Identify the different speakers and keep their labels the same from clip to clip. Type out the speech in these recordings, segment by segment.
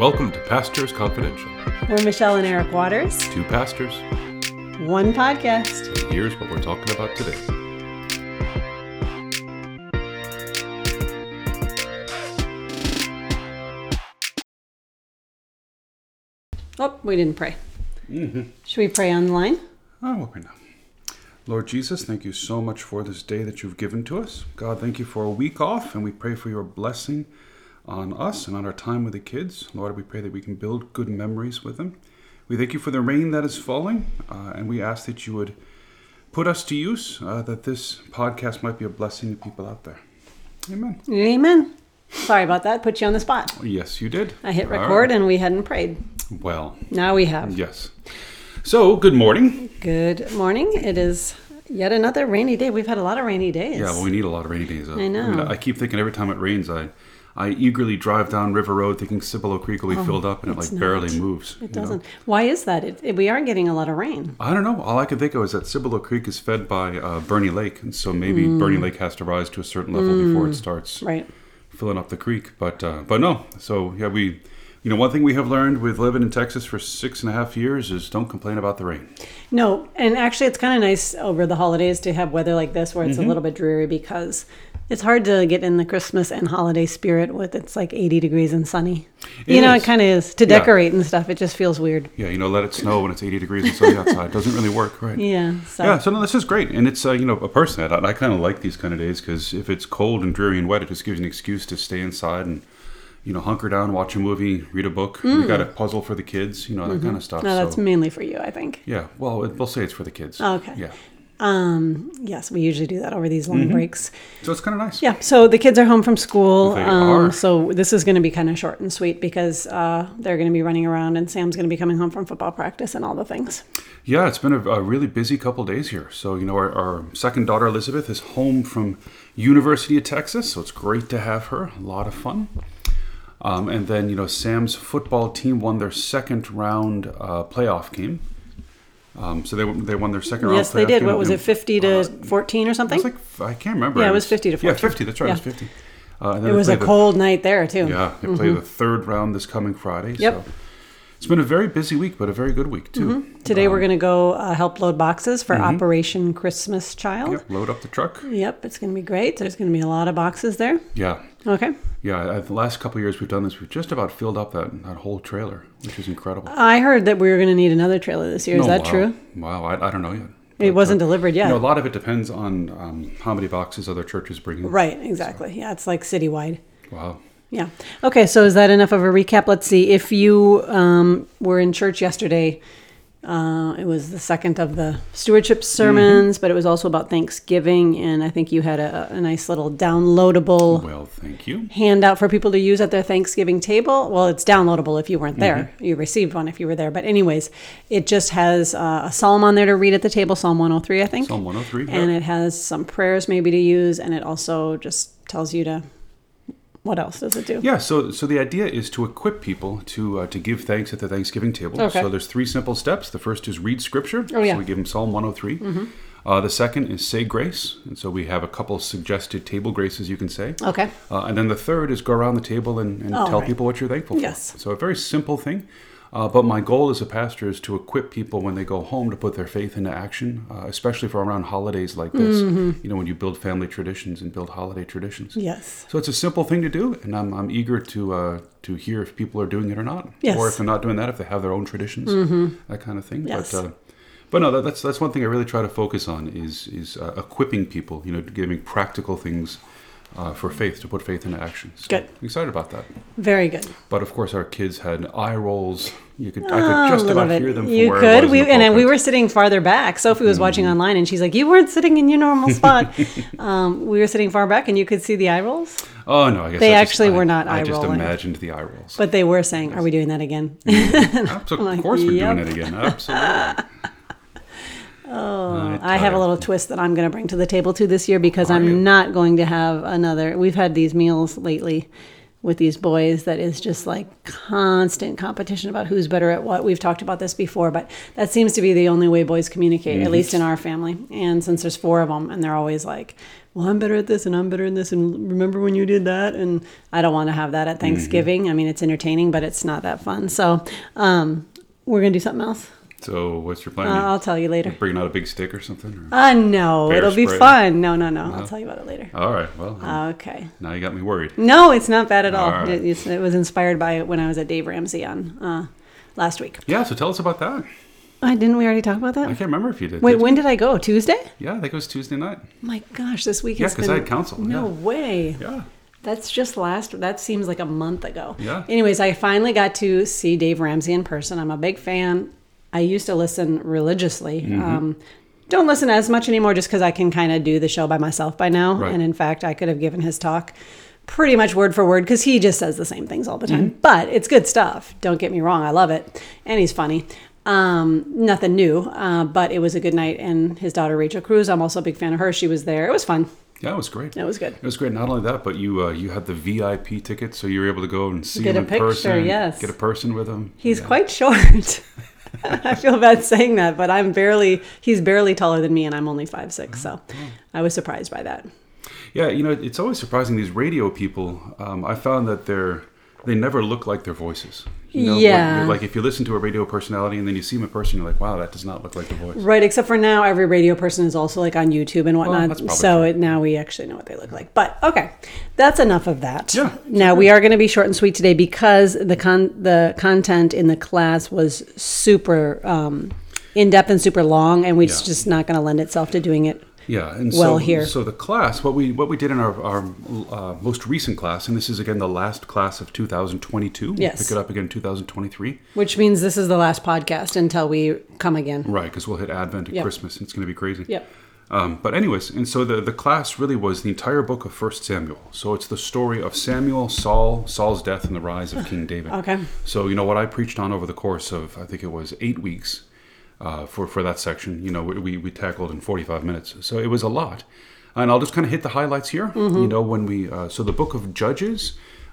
Speaker 1: Welcome to Pastors Confidential.
Speaker 2: We're Michelle and Eric Waters,
Speaker 1: Two pastors,
Speaker 2: one podcast.
Speaker 1: and here's what we're talking about today.
Speaker 2: Oh, we didn't pray.
Speaker 3: Mm-hmm.
Speaker 2: Should we pray online?
Speaker 3: Oh, well, we know. Lord Jesus, thank you so much for this day that you've given to us. God, thank you for a week off, and we pray for your blessing on us and on our time with the kids. Lord, we pray that we can build good memories with them. We thank you for the rain that is falling, uh, and we ask that you would put us to use, uh, that this podcast might be a blessing to people out there. Amen.
Speaker 2: Amen. Sorry about that. Put you on the spot.
Speaker 3: Yes, you did.
Speaker 2: I hit
Speaker 3: All right.
Speaker 2: record and we hadn't prayed.
Speaker 3: Well,
Speaker 2: Now we have.
Speaker 3: yes. So, good morning.
Speaker 2: Good morning. It is yet another rainy day. We've had a lot of rainy days.
Speaker 3: Yeah, well, we need a lot of rainy days. Up.
Speaker 2: I know.
Speaker 3: I keep thinking every time it rains, I, I eagerly drive down River Road thinking Cibolo Creek will be filled up, and it
Speaker 2: Oh, it's
Speaker 3: like barely
Speaker 2: not.
Speaker 3: moves. you
Speaker 2: it
Speaker 3: know?
Speaker 2: doesn't. Why is that? It, it- we are getting a lot of rain.
Speaker 3: I don't know. All I can think of is that Cibolo Creek is fed by uh, Bernie Lake, and so maybe
Speaker 2: Mm.
Speaker 3: Bernie Lake has to rise to a certain level before it starts
Speaker 2: Right.
Speaker 3: filling up the creek. But uh, but no. So yeah, we. You know, one thing we have learned with living in Texas for six and a half years is don't complain about the rain.
Speaker 2: No, and actually, it's kind of nice over the holidays to have weather like this where it's
Speaker 3: Mm-hmm.
Speaker 2: a little bit dreary because it's hard to get in the Christmas and holiday spirit with it's like 80 degrees and sunny.
Speaker 3: It
Speaker 2: you know,
Speaker 3: is.
Speaker 2: it kind of is to
Speaker 3: Yeah.
Speaker 2: decorate and stuff. It just feels weird.
Speaker 3: Yeah, you know, let it snow when it's 80 degrees and sunny outside. Doesn't really work, right?
Speaker 2: Yeah. So
Speaker 3: Yeah, so no, this is great, and it's uh, you know a person that I, I kind of like these kind of days because if it's cold and dreary and wet, it just gives you an excuse to stay inside and you know hunker down, watch a movie, read a book. We got a puzzle for the kids, you know that kind of stuff.
Speaker 2: Mm. Mm-hmm. no, that's
Speaker 3: so
Speaker 2: mainly for you, I think.
Speaker 3: yeah, well, it, we'll say it's for the kids.
Speaker 2: Okay.
Speaker 3: Yeah,
Speaker 2: Um, yes, we usually do that over these
Speaker 3: Mm-hmm.
Speaker 2: long breaks.
Speaker 3: so it's kind of nice.
Speaker 2: Yeah. So the kids are home from school.
Speaker 3: They
Speaker 2: um,
Speaker 3: are.
Speaker 2: So this is going to be kind of short and sweet because uh, they're going to be running around and Sam's going to be coming home from football practice and all the things.
Speaker 3: Yeah, it's been a, a really busy couple days here. So, you know, our, our second daughter Elizabeth is home from University of Texas, so it's great to have her. A lot of fun. Um, and then, you know, Sam's football team won their second round uh, playoff game. Um, so they won- they won their second round.
Speaker 2: yes, they
Speaker 3: playoff
Speaker 2: did.
Speaker 3: game.
Speaker 2: What was
Speaker 3: And-
Speaker 2: it, 50 to 14 or
Speaker 3: It
Speaker 2: something?
Speaker 3: was like f- I can't remember.
Speaker 2: Yeah, it was 50 to 14.
Speaker 3: Yeah, fifty. That's right. It was
Speaker 2: Yeah.
Speaker 3: fifty. Uh, and then
Speaker 2: It
Speaker 3: they
Speaker 2: was a
Speaker 3: played the-
Speaker 2: cold night there too.
Speaker 3: yeah, they play the third round this coming Friday.
Speaker 2: Yep. Mm-hmm.
Speaker 3: So it's been a very busy week, but a very good week too.
Speaker 2: Today we're going to go uh, help load boxes for Operation Christmas Child. Yep.
Speaker 3: Mm-hmm. Yep, load up the truck.
Speaker 2: it's going to be great. There's going to be a lot of boxes there.
Speaker 3: Yeah.
Speaker 2: Okay.
Speaker 3: Yeah, I- the last couple of years we've done this, we've just about filled up that, that whole trailer, which is incredible.
Speaker 2: I heard that we were going to need another trailer this year. Is
Speaker 3: No,
Speaker 2: that
Speaker 3: Oh, wow.
Speaker 2: true?
Speaker 3: Wow, I, I don't know yet. But,
Speaker 2: It
Speaker 3: uh,
Speaker 2: wasn't delivered yet.
Speaker 3: You know, a lot of it depends on um, how many boxes other churches bring in.
Speaker 2: right, exactly. Yeah, it's like citywide.
Speaker 3: Wow.
Speaker 2: Yeah. Okay, so is that enough of a recap? Let's see. If you um, were in church yesterday, uh, it was the second of the
Speaker 3: Mm-hmm.
Speaker 2: stewardship sermons, but it was also about Thanksgiving, and I think you had a, a nice little downloadable
Speaker 3: Well, thank you.
Speaker 2: handout for people to use at their Thanksgiving table. Well, it's downloadable if you weren't there.
Speaker 3: Mm-hmm.
Speaker 2: You received one if you were there. But, anyways, it just has uh, a psalm on there to read at the table, Psalm 103, I think.
Speaker 3: Psalm 103.
Speaker 2: And
Speaker 3: yeah.
Speaker 2: it has some prayers maybe to use, and it also just tells you to. What else does it do?
Speaker 3: Yeah, so so the idea is to equip people to uh, to give thanks at the Thanksgiving table.
Speaker 2: Okay.
Speaker 3: So there's three simple steps. The first is read scripture.
Speaker 2: Oh, yeah. Mm-hmm.
Speaker 3: So we give them Psalm 103. Uh, the second is say grace, and so we have a couple suggested table graces you can say.
Speaker 2: Okay.
Speaker 3: Uh, and then the third is go around the table and, and
Speaker 2: Oh,
Speaker 3: tell
Speaker 2: right.
Speaker 3: people what you're thankful for.
Speaker 2: Yes.
Speaker 3: So a very simple thing. Uh, but my goal as a pastor is to equip people when they go home to put their faith into action, uh, especially for around holidays like this.
Speaker 2: Mm-hmm.
Speaker 3: You know, when you build family traditions and build holiday traditions.
Speaker 2: Yes.
Speaker 3: So it's a simple thing to do, and I'm, I'm eager to uh, to hear if people are doing it or not,
Speaker 2: Yes. Mm-hmm.
Speaker 3: or if they're not doing that, if they have their own traditions, that kind of thing.
Speaker 2: Yes.
Speaker 3: But uh, but no, that, that's that's one thing I really try to focus on is is uh, equipping people, you know, giving practical things uh, for faith to put faith into action. So
Speaker 2: Good.
Speaker 3: I'm excited about that.
Speaker 2: Very good.
Speaker 3: But of course, our kids had eye rolls. You could
Speaker 2: Ah,
Speaker 3: I could just about hear them. From
Speaker 2: You
Speaker 3: where I
Speaker 2: could.
Speaker 3: was
Speaker 2: We
Speaker 3: in the
Speaker 2: and we
Speaker 3: pulpit. Hmm.
Speaker 2: were sitting farther back. Sophie was watching online, and she's like, "You weren't sitting in your normal spot. um, we were sitting far back, and you could see the eye rolls,
Speaker 3: Oh no, I guess
Speaker 2: They
Speaker 3: I just-
Speaker 2: actually
Speaker 3: I-
Speaker 2: were not
Speaker 3: I just
Speaker 2: eye-rolling.
Speaker 3: imagined the eye rolls.
Speaker 2: but they were saying, "Are we doing that again?"
Speaker 3: Abso-
Speaker 2: I'm like,
Speaker 3: of course, we're
Speaker 2: yep.
Speaker 3: doing it again. Absolutely. oh,
Speaker 2: Uh, I have a little twist that I'm going to bring to the table too this year because
Speaker 3: Are
Speaker 2: I'm
Speaker 3: you?
Speaker 2: not going to have another. We've had these meals lately with these boys that is just like constant competition about who's better at what. We've talked about this before, but that seems to be the only way boys communicate, at least in our family. And since there's four of them, and they're always like, well, I'm better at this and I'm better in this. And remember when you did that? And I don't want to have that at Thanksgiving. I mean, it's entertaining, but it's not that fun. So, um, we're going to do something else.
Speaker 3: So what's your plan?
Speaker 2: Uh, I'll tell you later.
Speaker 3: Bringing out a big stick or something? or-
Speaker 2: Uh, no,
Speaker 3: Bear
Speaker 2: it'll be
Speaker 3: spray.
Speaker 2: fun. No, no, no, I'll tell you about it later.
Speaker 3: All right. Well,
Speaker 2: Uh, Okay.
Speaker 3: now you got me worried.
Speaker 2: No, it's not bad at all.
Speaker 3: All right.
Speaker 2: It, it's- it was inspired by it when I was at Dave Ramsey on uh, last week.
Speaker 3: Yeah. So tell us about that.
Speaker 2: I Uh, didn't we already talk about
Speaker 3: I
Speaker 2: that?
Speaker 3: can't remember if you did.
Speaker 2: Wait,
Speaker 3: did you?
Speaker 2: when did I go? Tuesday?
Speaker 3: Yeah, I think it was Tuesday night.
Speaker 2: My gosh, this week
Speaker 3: Yeah,
Speaker 2: has
Speaker 3: 'cause
Speaker 2: been-
Speaker 3: I had counsel,
Speaker 2: No
Speaker 3: yeah.
Speaker 2: way.
Speaker 3: Yeah.
Speaker 2: That's just last. That seems like a month ago.
Speaker 3: Yeah.
Speaker 2: Anyways, I finally got to see Dave Ramsey in person. I'm a big fan. I used to listen religiously.
Speaker 3: Mm-hmm.
Speaker 2: Um, don't listen as much anymore, just because I can kind of do the show by myself by now.
Speaker 3: Right.
Speaker 2: And in fact, I could have given his talk pretty much word for word because he just says the same things all the time.
Speaker 3: Mm-hmm.
Speaker 2: But it's good stuff. Don't get me wrong. I love it, and he's funny. Um, nothing new, uh, but it was a good night. And his daughter Rachel Cruz, I'm also a big fan of her. She was there. It was fun.
Speaker 3: Yeah, it was great.
Speaker 2: It was good.
Speaker 3: It was great. Not only that, but you uh, you had the VIP ticket, so you were able to go and see
Speaker 2: Get
Speaker 3: him
Speaker 2: a
Speaker 3: in
Speaker 2: picture,
Speaker 3: person.
Speaker 2: yes.
Speaker 3: Get a person with him.
Speaker 2: He's
Speaker 3: Yeah.
Speaker 2: quite short. I feel bad saying that, but I'm barely he's barely taller than me and I'm only five six, so
Speaker 3: Mm-hmm.
Speaker 2: I was surprised by that.
Speaker 3: Yeah, you know, it's always surprising these radio people. Um, I found that they're they never look like their voices. You know, what-
Speaker 2: Yeah.
Speaker 3: you're like if you listen to a radio personality and then you see him in person, you're like, wow, that does not look like the voice.
Speaker 2: Right, except for now every radio person is also like on YouTube and whatnot.
Speaker 3: that's probably
Speaker 2: so
Speaker 3: true.
Speaker 2: it, now we actually know what they look like. But okay. That's enough of that.
Speaker 3: Yeah.
Speaker 2: Now we are gonna be short and sweet today because the con the content in the class was super um in depth and super long and we're
Speaker 3: Yeah.
Speaker 2: just not gonna lend itself to doing it
Speaker 3: Yeah, and
Speaker 2: well
Speaker 3: so,
Speaker 2: here.
Speaker 3: So the class, what we what we did in our, our uh, most recent class, and this is again the last class of 2022.
Speaker 2: Yes.
Speaker 3: We'll pick it up again in 2023.
Speaker 2: which means this is the last podcast until we come again.
Speaker 3: Right, because we'll hit Advent and
Speaker 2: Yep.
Speaker 3: Christmas, and it's going to be crazy.
Speaker 2: Yep.
Speaker 3: Um, but anyways, and so the the class really was the entire book of First Samuel. So it's the story of Samuel, Saul, Saul's death, and the rise of King David.
Speaker 2: Okay.
Speaker 3: So you know what I preached on over the course of I think it was eight weeks uh, for for that section. You know we- we we tackled in forty five minutes, so it was a lot. And I'll just kind of hit the highlights here. You know when we uh, so the book of Judges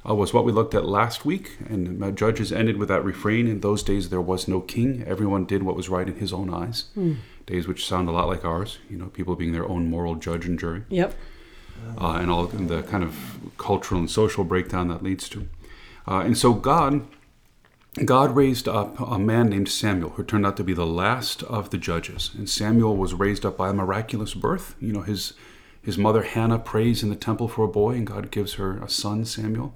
Speaker 3: uh, was what we looked at last week, and uh, Judges ended with that refrain: "In those days there was no king; everyone did what was right in his own eyes." Days which sound a lot like ours. You know people being their own moral judge and jury
Speaker 2: Yep.
Speaker 3: uh, and all and the kind of cultural and social breakdown that leads to. Uh, and so God, God raised up a man named Samuel, who turned out to be the last of the judges. And Samuel was raised up by a miraculous birth. You know, his his mother Hannah prays in the temple for a boy, and God gives her a son, Samuel.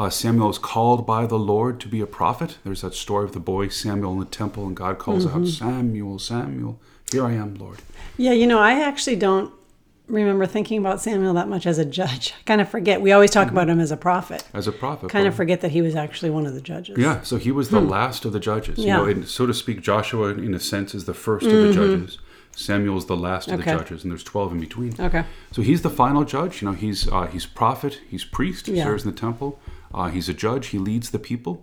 Speaker 3: Uh, Samuel is called by the Lord to be a prophet. There's that story of the boy Samuel in the temple, and God calls out,
Speaker 2: Mm-hmm.
Speaker 3: "Samuel, Samuel, here I am, Lord."
Speaker 2: Yeah, you know, I actually don't remember thinking about Samuel that much as a judge. I kind of forget. We always talk
Speaker 3: Mm-hmm.
Speaker 2: about him as a prophet.
Speaker 3: As a prophet,
Speaker 2: Kind
Speaker 3: but-
Speaker 2: of forget that he was actually one of the judges.
Speaker 3: Oh.
Speaker 2: Hmm.
Speaker 3: Yeah, so he was the last of the judges.
Speaker 2: Yeah. Mm-hmm.
Speaker 3: You know, and so to speak, Joshua, in a sense, is the 1st of the judges. Samuel's the last of
Speaker 2: Okay.
Speaker 3: the judges, and there's 12 in between.
Speaker 2: Okay.
Speaker 3: So he's the final judge. You know, he's uh, he's prophet, he's priest, he
Speaker 2: Yeah.
Speaker 3: serves in the temple, uh, he's a judge, he leads the people.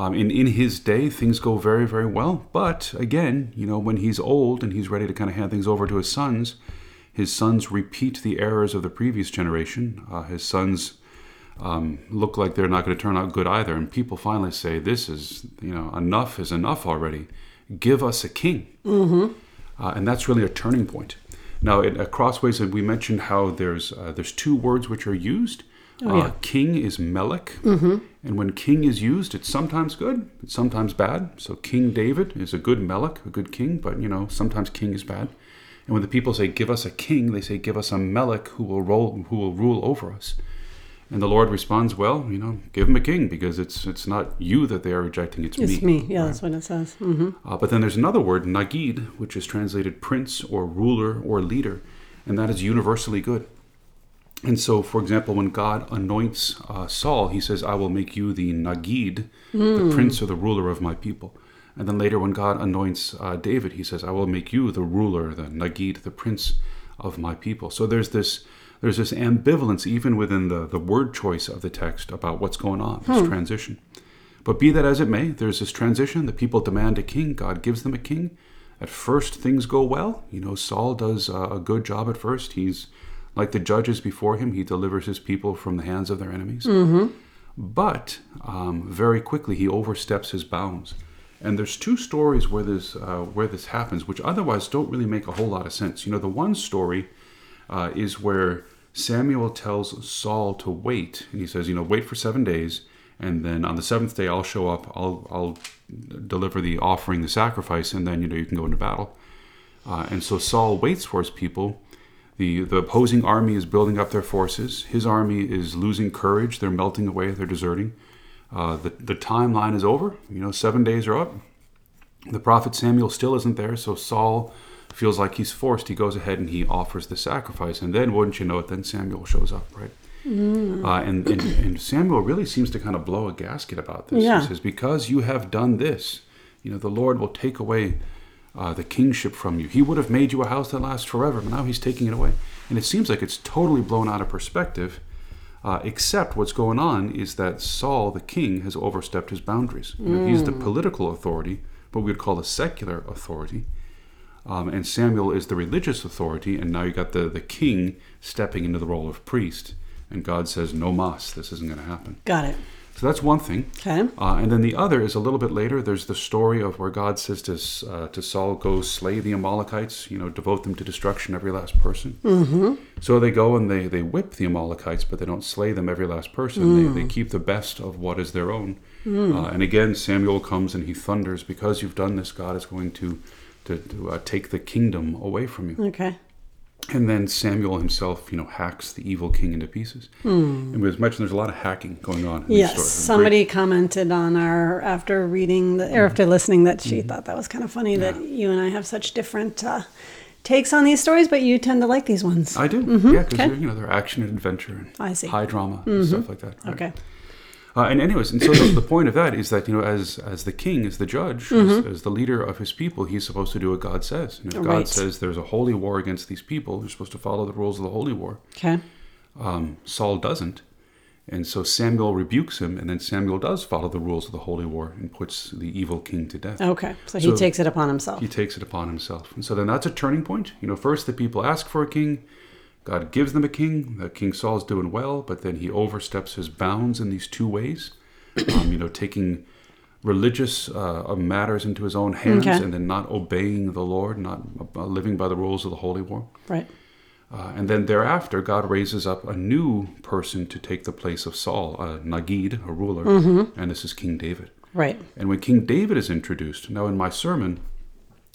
Speaker 3: Um, and in his day, things go very, very well. But again, you know, when he's old and he's ready to kind of hand things over to his sons, his sons repeat the errors of the previous generation. Uh, his sons um, look like they're not going to turn out good either. And people finally say, "This is, you know, enough is enough already. Give us a king." Mm-hmm. Uh, and that's really a turning point. Now, at, at Crossways, uh, we mentioned how there's uh, there's two words which are used.
Speaker 2: Oh,
Speaker 3: uh, king is melech,
Speaker 2: Mm-hmm.
Speaker 3: and when king is used, it's sometimes good, it's sometimes bad. So King David is a good melech, a good king, but you know sometimes king is bad. And when the people say, "Give us a king," they say, "Give us a melech who will roll, who will rule over us." And the Lord responds, "Well, you know, give him a king because it's it's not you that they are rejecting; it's,
Speaker 2: It's me. Yeah, that's what it says. hmm
Speaker 3: Uh, but then there's another word, nagid, which is translated prince or ruler or leader, and that is universally good. And so, for example, when God anoints uh, Saul, he says, I will make you the Nagid, the prince or the ruler of my people. And then later, when God anoints uh, David, he says, I will make you the ruler, the Nagid, the prince of my people. So there's this. There's this ambivalence even within the, the word choice of the text about what's going on, this transition. But be that as it may, there's this transition. The people demand a king. God gives them a king. At first, things go well. You know, Saul does uh, a good job at first. He's like the judges before him. He delivers his people from the hands of their enemies. But um, very quickly, he oversteps his bounds. And there's two stories where this, uh, where this happens, which otherwise don't really make a whole lot of sense. You know, the one story uh, is where Samuel tells Saul to wait, and he says, you know, wait for seven days, and then on the seventh day I'll show up, I'll, I'll deliver the offering, the sacrifice, and then you know you can go into battle. Uh, and so Saul waits for his people. The, the opposing army is building up their forces. His army is losing courage. They're melting away. They're deserting. Uh, the, the timeline is over. You know, seven days are up. The prophet Samuel still isn't there, so Saul feels like he's forced. He goes ahead and he offers the sacrifice. And then, wouldn't you know it, then Samuel shows up, right? Uh, and, and, and Samuel really seems to kind of blow a gasket about this.
Speaker 2: Yeah.
Speaker 3: He says, Because you have done this, you know, the Lord will take away uh, the kingship from you. He would have made you a house that lasts forever, but now he's taking it away. And it seems like it's totally blown out of perspective. Uh, except what's going on is that Saul, the king, has overstepped his boundaries. You know, he's the political authority, but we'd call a secular authority. Um, and Samuel is the religious authority, and now you got the, the king stepping into the role of priest. And God says, no mas, this isn't going to happen.
Speaker 2: Got it.
Speaker 3: So that's one thing.
Speaker 2: Okay.
Speaker 3: Uh, and then the other is a little bit later. There's the story of where God says to, S- uh, to Saul, Go slay the Amalekites, you know, devote them to destruction, every last person. Mm-hmm. So they go and they, they whip the Amalekites, but they don't slay them, every last person. They, they
Speaker 2: Mm.
Speaker 3: keep the best of what is their own. Uh, and again, Samuel comes and he thunders, Because you've done this, God is going to, to, to uh, take the kingdom away from you.
Speaker 2: Okay.
Speaker 3: And then Samuel himself, you know, hacks the evil king into pieces. And as much there's a lot of hacking going on. In
Speaker 2: Hmm. Yes,
Speaker 3: these stories. Great-
Speaker 2: somebody commented on our after reading the, or after listening that
Speaker 3: Mm-hmm.
Speaker 2: she thought that was kind of funny that you and I have such different uh, takes on these stories, but you tend to like these ones.
Speaker 3: I do. Yeah, because
Speaker 2: Mm-hmm. Okay.
Speaker 3: you know they're action and adventure and
Speaker 2: I see. Mm-hmm.
Speaker 3: high drama and stuff like that. right?
Speaker 2: okay,
Speaker 3: Uh, and anyways, and so the, the point of that is that you know, as as the king, as the judge, as, as the leader of his people, he's supposed to do what God says. And if God
Speaker 2: Mm-hmm. Right.
Speaker 3: says there's a holy war against these people, you're supposed to follow the rules of the holy war.
Speaker 2: okay,
Speaker 3: Um, Saul doesn't, and so Samuel rebukes him, and then Samuel does follow the rules of the holy war and puts the evil king to death.
Speaker 2: okay. So,
Speaker 3: So-
Speaker 2: he takes it upon himself.
Speaker 3: He takes it upon himself. And so then that's a turning point. You know, first the people ask for a king. God gives them a king. Uh, king Saul's doing well, but then he oversteps his bounds in these two ways. Um, you know, taking religious uh, uh, matters into his own hands
Speaker 2: Okay.
Speaker 3: and then not obeying the Lord, not uh, living by the rules of the holy war.
Speaker 2: right.
Speaker 3: Uh, and then thereafter, God raises up a new person to take the place of Saul, a Nagid, a ruler, and this is King David.
Speaker 2: Right.
Speaker 3: And when King David is introduced, now in my sermon,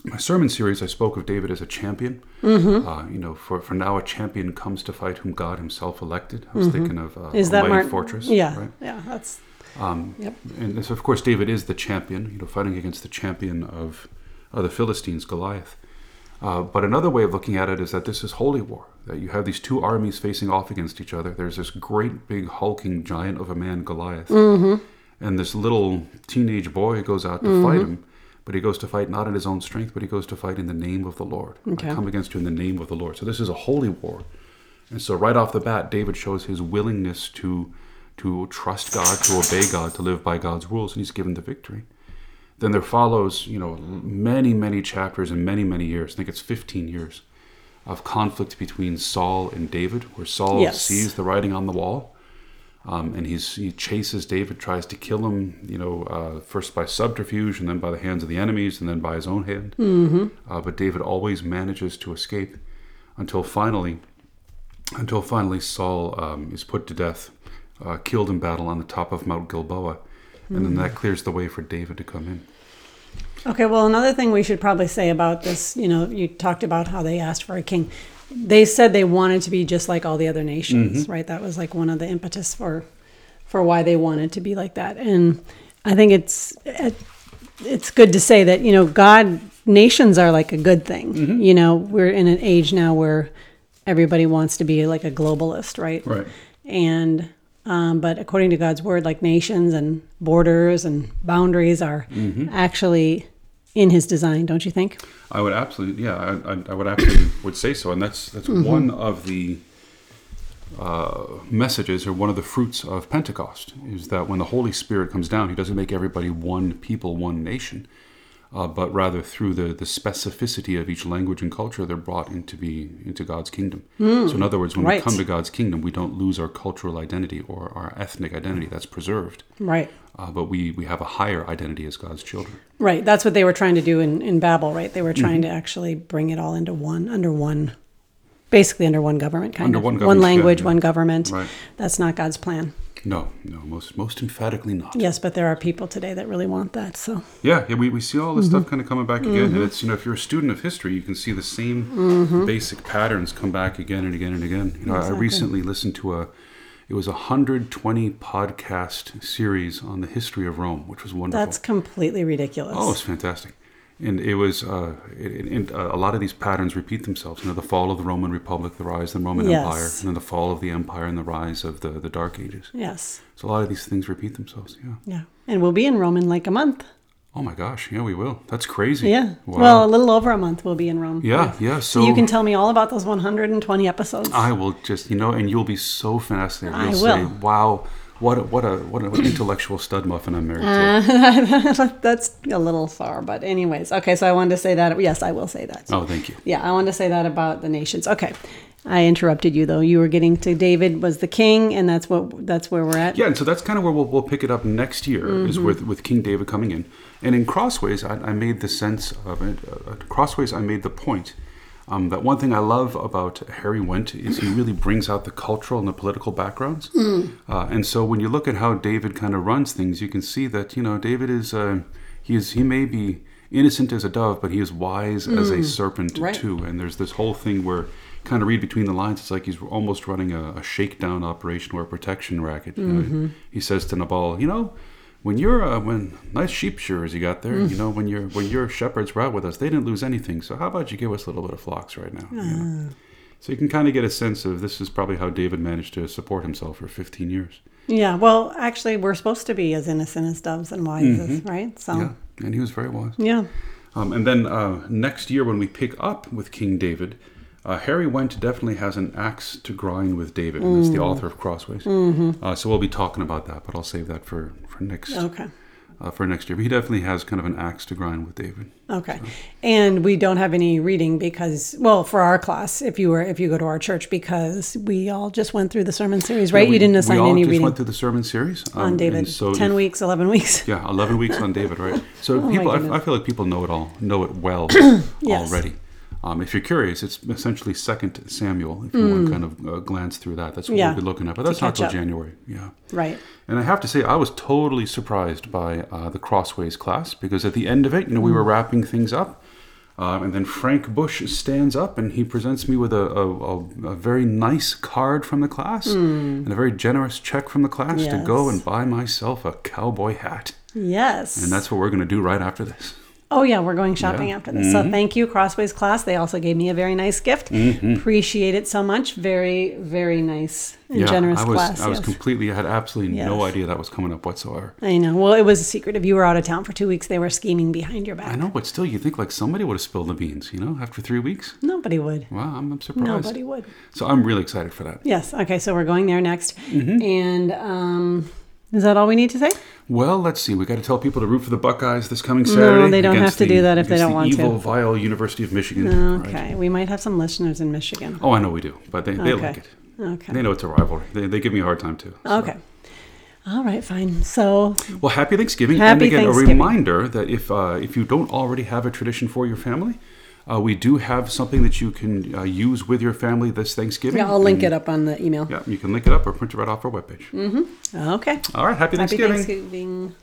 Speaker 3: my sermon series, I spoke of David as a champion.
Speaker 2: Mm-hmm.
Speaker 3: Uh, you know, for, for now, a champion comes to fight whom God Himself elected. I was thinking of uh,
Speaker 2: Mm-hmm. Is
Speaker 3: a
Speaker 2: that
Speaker 3: mighty
Speaker 2: Martin?
Speaker 3: fortress.
Speaker 2: Yeah.
Speaker 3: right?
Speaker 2: Yeah. That's
Speaker 3: And so, of course, David is the champion. You know, fighting against the champion of uh, the Philistines, Goliath. Uh, but another way of looking at it is that this is holy war. That you have these two armies facing off against each other. There's this great big hulking giant of a man, Goliath, and this little teenage boy goes out to fight him. But he goes to fight not in his own strength, but he goes to fight in the name of the Lord.
Speaker 2: Okay.
Speaker 3: I come against you in the name of the Lord. So this is a holy war. And so right off the bat, David shows his willingness to to trust God, to obey God, to live by God's rules, and he's given the victory. Then there follows, you know, many, many chapters and many, many years. I think it's 15 years of conflict between Saul and David, where Saul
Speaker 2: Yes.
Speaker 3: sees the writing on the wall, um, and he's, he chases David, tries to kill him, you know, uh, first by subterfuge, and then by the hands of the enemies, and then by his own hand. Uh, but David always manages to escape until finally, until finally Saul um, is put to death, uh, killed in battle on the top of Mount Gilboa, and then that clears the way for David to come in.
Speaker 2: Okay, well, another thing we should probably say about this, you know, you talked about how they asked for a king. They said they wanted to be just like all the other nations, right? That was like one of the impetus for for why they wanted to be like that. And I think it's it- it's good to say that, you know, God nations are like a good thing.
Speaker 3: Mm-hmm.
Speaker 2: You know, we're in an age now where everybody wants to be like a globalist, right? and um, but according to God's word, like nations and borders and boundaries are
Speaker 3: Mm-hmm.
Speaker 2: actually in His design, don't you think?
Speaker 3: I would absolutely, yeah, I, I, I would absolutely would say so, and that's that's one of the uh, messages or one of the fruits of Pentecost is that when the Holy Spirit comes down, He doesn't make everybody one people, one nation, uh, but rather through the, the specificity of each language and culture, they're brought into be into God's kingdom. So, in other words, when we
Speaker 2: right.
Speaker 3: come to God's kingdom, we don't lose our cultural identity or our ethnic identity that's preserved,
Speaker 2: Right.
Speaker 3: uh, but we we have a higher identity as God's children.
Speaker 2: Right. That's what they were trying to do in, in Babel, right? They were trying
Speaker 3: Mm-hmm.
Speaker 2: to actually bring it all into one, under one, basically under one government, kind
Speaker 3: Under
Speaker 2: of.
Speaker 3: one government, yeah,
Speaker 2: language,
Speaker 3: yeah.
Speaker 2: one government.
Speaker 3: Right.
Speaker 2: That's not God's plan.
Speaker 3: No, no, most most emphatically not.
Speaker 2: Yes, but there are people today that really want that. So,
Speaker 3: Yeah, yeah, we, we see all this
Speaker 2: Mm-hmm.
Speaker 3: stuff kind of coming back again. And it's, you know, if you're a student of history, you can see the same
Speaker 2: Mm-hmm.
Speaker 3: basic patterns come back again and again and again. You know, I recently listened to a, it was a 120 podcast series on the history of Rome, which was wonderful.
Speaker 2: that's completely ridiculous.
Speaker 3: Oh, it's fantastic. And it was uh, it, it, and, uh, a lot of these patterns repeat themselves. You know, the fall of the Roman Republic, the rise of the Roman
Speaker 2: Yes.
Speaker 3: Empire, and then the fall of the Empire and the rise of the, the Dark Ages.
Speaker 2: Yes.
Speaker 3: So a lot of these things repeat themselves. Yeah.
Speaker 2: Yeah. And we'll be in Rome in like a month.
Speaker 3: Oh my gosh. Yeah, we will. That's crazy.
Speaker 2: Yeah.
Speaker 3: Wow.
Speaker 2: Well, a little over a month we'll be in Rome.
Speaker 3: Yeah, yeah. So,
Speaker 2: you can tell me all about those 120 episodes.
Speaker 3: I will just, you know, and you'll be so fascinated.
Speaker 2: I
Speaker 3: You'll say,
Speaker 2: will.
Speaker 3: "Wow, what a, what a what an intellectual stud muffin I'm married
Speaker 2: Uh,
Speaker 3: to."
Speaker 2: That's a little far, but anyways. Okay, so I wanted to say that. Yes, I will say that.
Speaker 3: Oh, thank you.
Speaker 2: Yeah, I wanted to say that about the nations. Okay. I interrupted you though. You were getting to David was the king and that's what that's where we're at.
Speaker 3: Yeah, and so that's kind of where we'll, we'll pick it up next year is with with King David coming in, and in Crossways, I, I made the sense of it. Uh, uh, Crossways, I made the point. Um, that one thing I love about Harry Went is he really brings out the cultural and the political backgrounds. Uh, and so when you look at how David kind of runs things, you can see that you know David is uh, he is he may be innocent as a dove, but he is wise as a serpent
Speaker 2: right.
Speaker 3: too. And there's this whole thing where kind of read between the lines. It's like he's almost running a, a shakedown operation or a protection racket. you know. he says to Nabal, you know. When you're uh, when nice sheep shearers you got there, you know when your when your shepherds were out with us, they didn't lose anything. So how about you give us a little bit of flocks right now? you know? So you can kind of get a sense of this is probably how David managed to support himself for 15 years.
Speaker 2: Yeah, well, actually we're supposed to be as innocent as doves and wise as,
Speaker 3: Mm-hmm.
Speaker 2: right? So
Speaker 3: Yeah, and he was very wise.
Speaker 2: yeah.
Speaker 3: Um, and then uh, next year, when we pick up with King David, uh, Harry Went definitely has an axe to grind with David, and that's the author of Crossways.
Speaker 2: Mm-hmm.
Speaker 3: Uh, so we'll be talking about that, but I'll save that for for next
Speaker 2: Okay.
Speaker 3: uh, for next year. But he definitely has kind of an axe to grind with David.
Speaker 2: Okay. And we don't have any reading because well, for our class, if you were if you go to our church because we all just went through the sermon series, right?
Speaker 3: Yeah, we-
Speaker 2: you didn't assign
Speaker 3: we all
Speaker 2: any
Speaker 3: just
Speaker 2: reading
Speaker 3: went through the sermon series um,
Speaker 2: on
Speaker 3: and
Speaker 2: David.
Speaker 3: So
Speaker 2: 10
Speaker 3: if-
Speaker 2: weeks, 11 weeks.
Speaker 3: Yeah, eleven weeks on David, right? So
Speaker 2: Oh my
Speaker 3: people, I, I
Speaker 2: goodness.
Speaker 3: feel like people know it all, know it well
Speaker 2: Yes.
Speaker 3: already. Um, if you're curious, it's essentially Second Samuel. If you want to kind of uh, glance through that, that's what
Speaker 2: Hmm. Yeah,
Speaker 3: we'll be looking at. But that's not
Speaker 2: catch
Speaker 3: till
Speaker 2: up.
Speaker 3: January. Yeah.
Speaker 2: Right.
Speaker 3: And I have to say, I was totally surprised by uh, the Crossways class because at the end of it, you know, we were
Speaker 2: Hmm.
Speaker 3: wrapping things up. Um, and then Frank Bush stands up and he presents me with a, a, a, a very nice card from the class and a very generous check from the class to go
Speaker 2: Hmm. Yes.
Speaker 3: and buy myself a cowboy hat.
Speaker 2: Yes.
Speaker 3: And that's what we're going to do right after this.
Speaker 2: Oh yeah, we're going shopping after this.
Speaker 3: Mm-hmm.
Speaker 2: So thank you, Crossways class. They also gave me a very nice gift.
Speaker 3: Mm-hmm.
Speaker 2: Appreciate it so much. Very, very nice and generous
Speaker 3: I was,
Speaker 2: class.
Speaker 3: I was
Speaker 2: yes.
Speaker 3: completely, I had absolutely no
Speaker 2: Yes.
Speaker 3: idea that was coming up whatsoever.
Speaker 2: I know. Well, it was a secret. If you were out of town for two weeks, they were scheming behind your
Speaker 3: I
Speaker 2: back.
Speaker 3: know, but still, you think like somebody would have spilled the beans, you know, after three weeks.
Speaker 2: Nobody would.
Speaker 3: Wow, I'm, I'm surprised.
Speaker 2: Nobody would.
Speaker 3: So I'm really excited for that.
Speaker 2: Yes. Okay. So we're going there next.
Speaker 3: Mm-hmm.
Speaker 2: And um, is that all we need to say?
Speaker 3: Well, let's see. We got to tell people to root for the Buckeyes this coming Saturday.
Speaker 2: they don't
Speaker 3: against
Speaker 2: have to do that if they
Speaker 3: against
Speaker 2: don't
Speaker 3: the
Speaker 2: want to.
Speaker 3: evil, vile University of Michigan.
Speaker 2: Okay.
Speaker 3: Right.
Speaker 2: We might have some listeners in Michigan.
Speaker 3: Oh, I know we do, but they, they
Speaker 2: Okay.
Speaker 3: like it.
Speaker 2: Okay.
Speaker 3: They know it's a rivalry. They, they give me a hard time too. so.
Speaker 2: Okay. All right. Fine. So
Speaker 3: Well, happy Thanksgiving. and
Speaker 2: Happy
Speaker 3: again, a
Speaker 2: Thanksgiving.
Speaker 3: reminder that if uh, if you don't already have a tradition for your family, uh, we do have something that you can uh, use with your family this Thanksgiving.
Speaker 2: yeah, I'll link
Speaker 3: And-
Speaker 2: it up on the email. Mm-hmm.
Speaker 3: Yeah, you can link it up or print it right off our webpage.
Speaker 2: Okay.
Speaker 3: All right, happy
Speaker 2: Happy
Speaker 3: Thanksgiving.
Speaker 2: Thanksgiving.